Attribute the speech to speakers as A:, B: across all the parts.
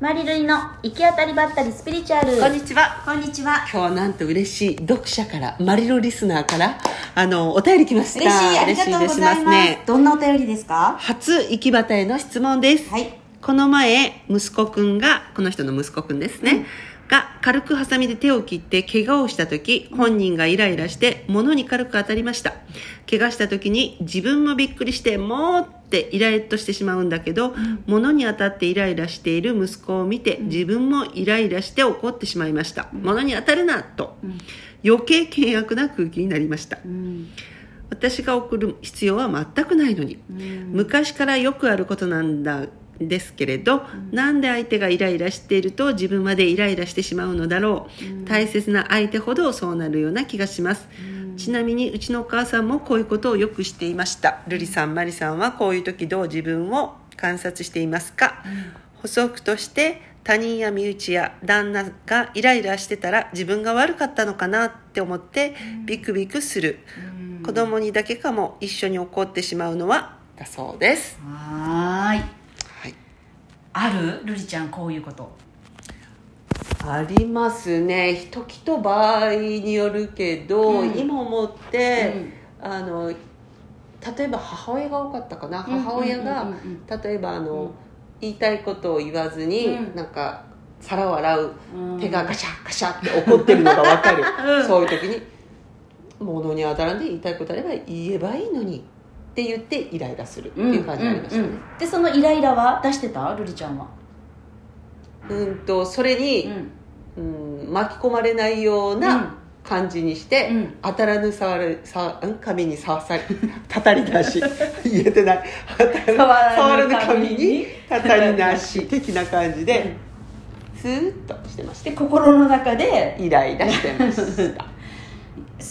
A: マリルリの行き当たりばったりスピリチュアル
B: こんにちは
A: こんにちは
B: 今日はなんと嬉しい読者からマリロリスナーからあのお便り来ました
A: 嬉しいありがとうございますどんなお便りですか
B: 初行き端への質問です、
A: はい
B: この前息子くんがこの人の息子くんですね、が軽くハサミで手を切って怪我をした時本人がイライラして物に軽く当たりました怪我した時に自分もびっくりしてもうってイライラとしてしまうんだけど、物に当たってイライラしている息子を見て自分もイライラして怒ってしまいました、物に当たるなと、余計険悪な空気になりました、
A: うん
B: 私が送る必要は全くないのに、昔からよくあることなんだですけれど、なんで相手がイライラしていると自分までイライラしてしまうのだろう、大切な相手ほどそうなるような気がします、ちなみにうちのお母さんもこういうことをよくしていました瑠璃さんマリさんはこういう時どう自分を観察していますか、補足として他人や身内や旦那がイライラしてたら自分が悪かったのかなって思ってビクビクする、子供にだけかも一緒に怒ってしまうのはだそうです、
A: はーい
B: はい、
A: あるルリちゃんこういうこと
B: ありますね時と場合によるけど、
A: うん
B: 今思って、あの例えば母親が多かったかな、
A: うん
B: 母親が、
A: うんうんうん
B: 例えばあの、
A: うん
B: 言いたいことを言わずに、
A: うん
B: なんか皿を洗う、
A: うん
B: 手がガシャガシャって怒ってるのがわかる、
A: うん
B: そういう時に物に当たらんで言いたいことあれば言えばいいのにって言ってイライラするっていう感じがありましたね、
A: うんうんうんでそのイライラは出してたルリちゃんは
B: うんとそれ
A: う
B: に、
A: ん
B: うん巻き込まれないよう
A: うん
B: な感じにして、
A: うん
B: 当たらぬ触るさん髪に触さり たたり なし言えてない当たらぬ触
A: 触ら
B: ら
A: ぬ
B: ぬ
A: 髪
B: 髪
A: に
B: にたたりな し的な感じで、スーッとしてまし
A: で心の中で
B: たイライラしてました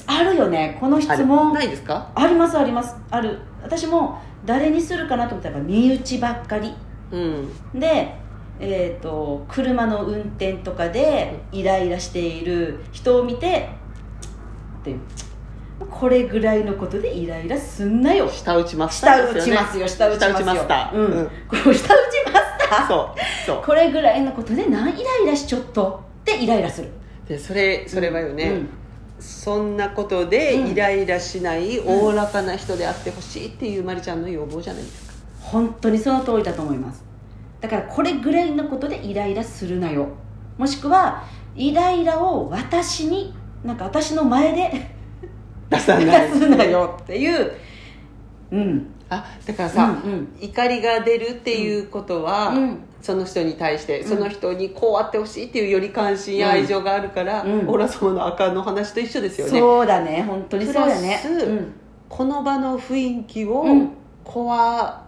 A: あるよねこの質
B: あれ
A: 問
B: ないですか
A: ありますありますある私も誰にするかなと思ったら身内ばっかり
B: うん
A: で、えー、と車の運転とかでイライラしている人を見てっていうこれぐらいのことでイライラすんなよ
B: 舌打ちマスタ
A: 下
B: ー
A: 打
B: です
A: ち
B: よね
A: ますよ下打ちますよ
B: 下打ちマスター
A: うん
B: うん
A: こう下打ちマスター
B: そうそう
A: これぐらいのことで何イライラしちょっとってイライラする
B: でそれそれはよね、
A: うん
B: そんなことで
A: うん
B: イライラしないおおらかな人であってほしいっていうまりちゃんの要望じゃないですか
A: 本当にその通りだと思いますだからこれぐらいのことでイライラするなよもしくはイライラを私になんか私の前で
B: 出さ
A: 出
B: ない
A: すなよっていううん
B: あだからさ、
A: うんうん
B: 怒りが出るっていうことは、
A: うん
B: その人に対して、
A: うん
B: その人にこうあってほしいっていうより関心や愛情があるから、
A: うん
B: オーラ様の赤の話と一緒ですよね
A: そうだね本当にそうだね
B: プラス
A: うん
B: この場の雰囲気を
A: うん
B: 壊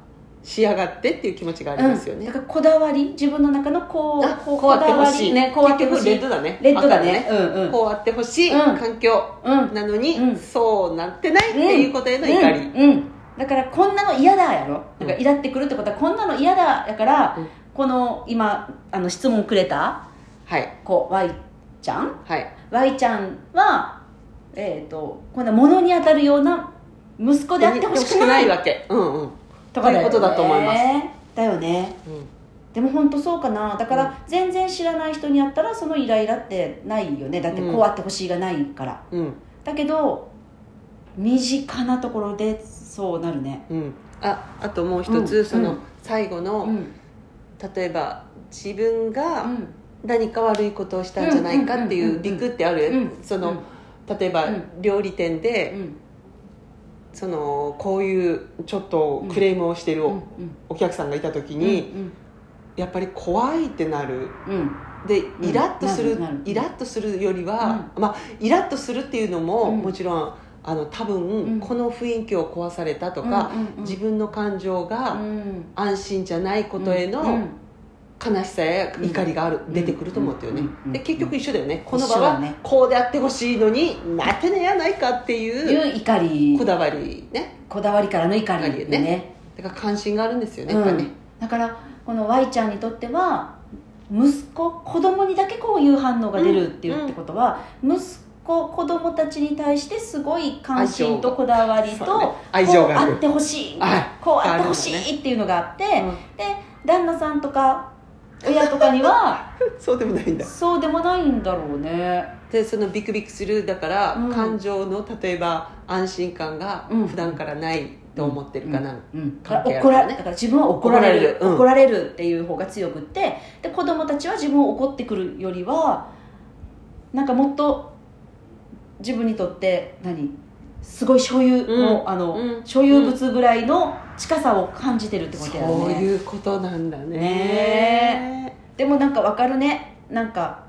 B: しやがってっていう気持ちがありますよ
A: うん
B: ね、
A: だからこだわり自分の中のこ
B: あ
A: う
B: こうあってほしい、
A: ねこうあってほしい
B: 結局レッドだね
A: レッドだね
B: 赤
A: うんうん
B: こうあってほしい
A: うん
B: 環境
A: うん
B: なのに、
A: うん
B: そうなってないっていうことへの怒り、
A: うんうんだからこんなの嫌だやろなんかイラってくるってことはこんなの嫌だやから、
B: うん
A: この今あの質問くれた
B: はい
A: 子 Y ちゃん
B: はい、
A: Y ちゃんはえっ、とこんな物に当たるような息子であってほしくない
B: わけうんうん、
A: とかだよ、ね、
B: ということだと思います
A: だよねでも本当そうかなだから全然知らない人にやったらそのイライラってないよねだってこうあってほしいがないから、
B: うんうん
A: だけど身近なところでそうなるね
B: うんああともう一つ、
A: うん
B: そ
A: う
B: の、
A: ん
B: 最後の、
A: うん
B: 例えば自分
A: う
B: が
A: ん
B: 何か悪いことをしたんじゃないか
A: う
B: って
A: ん
B: い
A: うんうんう
B: うん理屈ってあるよ、
A: うん
B: そうの例えば
A: うん
B: 料理店で、
A: うん
B: そのこういうちょっとクレームをしてるお,、
A: うん
B: お客さんがいた時に、やっぱり怖いってなる
A: うんうん
B: で
A: ん
B: イラッとする,、
A: なるなる
B: イラッとするよりは、まあイラッとするっていうのも、
A: うん
B: もちろんあの多
A: うん
B: 分この雰囲気を壊されたとか、
A: うんうんうん
B: 自分の感情
A: う
B: が
A: ん
B: 安心じゃないことへ
A: うんう
B: の
A: ん
B: 悲しさや怒りがある、
A: うん
B: 出てくると思うんだよね、
A: うんうん
B: で結局一緒だよね、こ
A: うん
B: の場
A: 一緒だ
B: は
A: ね
B: こうであってほしいのになってねやないかっていう
A: いう怒り
B: こだわりね
A: こだわりからの怒りでね
B: だから関心があるんですよね、
A: う
B: やっぱ
A: ん
B: ね、
A: だからこの Y ちゃんにとっては息子子供にだけこういう反応が出るっていうってことは、息子子供たちに対してすごい関心とこだわりと
B: そうね愛情が
A: こ
B: ある
A: うあってほしい
B: はい
A: こうあってほ
B: あるの
A: し
B: ね
A: いっていうのがあって、
B: うん
A: で旦那さんとか親とかには
B: そうでも ないんだ
A: そうでもないんだろうね
B: でそのビクビクするだから、
A: うん
B: 感情の例えば安心感が
A: うん
B: 普段からないと思ってるかな、
A: うん
B: 関係ある
A: 怒らだから自分は怒られる
B: 怒られるうん
A: 怒られるっていう方が強くってで子供たちは自分を怒ってくるよりはなんかもっと自分にとって何すごい所有の、
B: うん
A: あの
B: うん
A: 所有物ぐらいの近さを感じてるってことだよね
B: そういうことなんだね
A: ねでもなんかわかるねなんか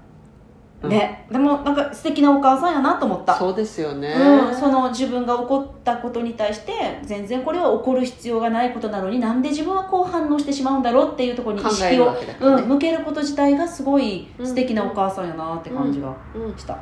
B: うん
A: ね、でもなんか素敵なお母さんやなと思った
B: そうですよね、
A: うん、その自分が怒ったことに対して全然これは怒る必要がないことなのになんで自分はこう反応してしまうんだろうっていうところに意
B: 考え
A: 識
B: る
A: を、
B: わけだから
A: う
B: ね
A: ん、向けること自体がすごい
B: うん
A: 素敵なお母さんやなって感じが
B: うん
A: した、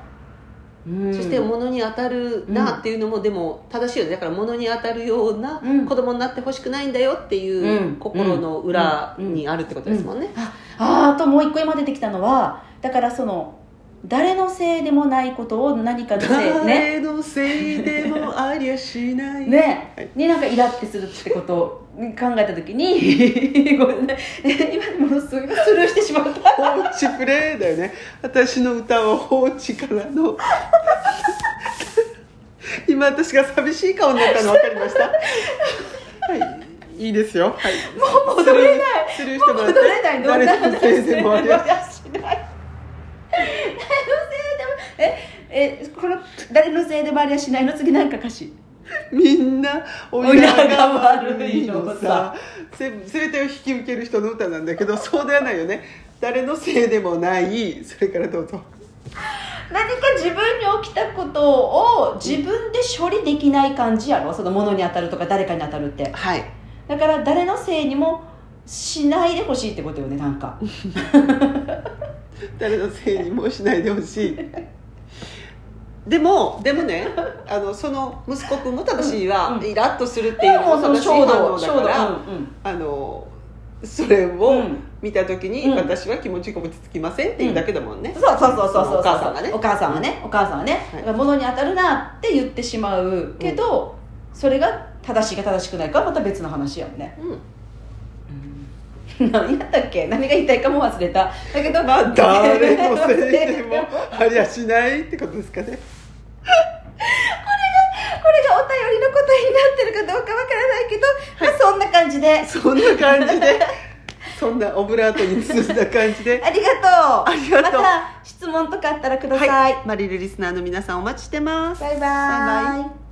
B: そして物に当たるなっていうのも、でも正しいよねだから物に当たるような
A: うん
B: 子供になってほしくないんだよって
A: う
B: い
A: ん
B: う心の裏にあるってことですもんね、
A: あーあともう一個今出てきたのはだからその誰のせいでもないことを何かのせいね
B: 誰のせいでもありゃしない
A: ね、
B: はい
A: になんかイラってするってことを考えた時にごめんね今ものすごいスルーしてしまった
B: 放置プレイだよね私の歌は放置からの 今私が寂しい顔になったの分かりましたはいいいですよ、はい、
A: もう戻れない
B: スルーしてもらって
A: 戻れないの
B: 誰のせいでもありゃ
A: 誰のせいでもええこの誰のせいでもありゃしないの次なんか歌詞
B: みんな親が悪いのさせ全てを引き受ける人の歌なんだけどそうではないよね誰のせいでもないそれからどうぞ
A: 何か自分に起きたことを自分で処理できない感じやろその物に当たるとか誰かに当たるって
B: はい
A: だから誰のせいにもしないでほしいってことよねなんか
B: 誰のせいにもしないでほ しいでもでもねあのその息子君も正しい
A: うん
B: は
A: うん
B: イラッとするっていうのも
A: そ
B: 正
A: の
B: しい反
A: 衝動
B: 応だ
A: 衝
B: か
A: 動う
B: ら、
A: ん
B: あのそれ
A: う
B: を
A: ん
B: 見た時に、
A: うん
B: 私は気持ちが落ち着きませんっていうだけだもんね、
A: そうそうそうそうそう
B: お母さんがね
A: お母さんはねお母さんはね、
B: はい
A: 物に当たるなって言ってしまうけど、それが正しいか正しくないかはまた別の話やんね
B: うん
A: 何やったっけ何が言いたいかも忘れただけど
B: まあ誰のせいで
A: これ
B: も
A: が
B: ありゃしないってことですかね
A: お便りの答えになってるかどうかわからないけど、まあ、そんな感じで
B: そんな感じでそんなオブラートに包んだ感 じで
A: ありがとう
B: ありがとう
A: また質問とかあったらください、
B: マリルリスナーの皆さんお待ちしてます
A: バイバイ
B: バイバ
A: イ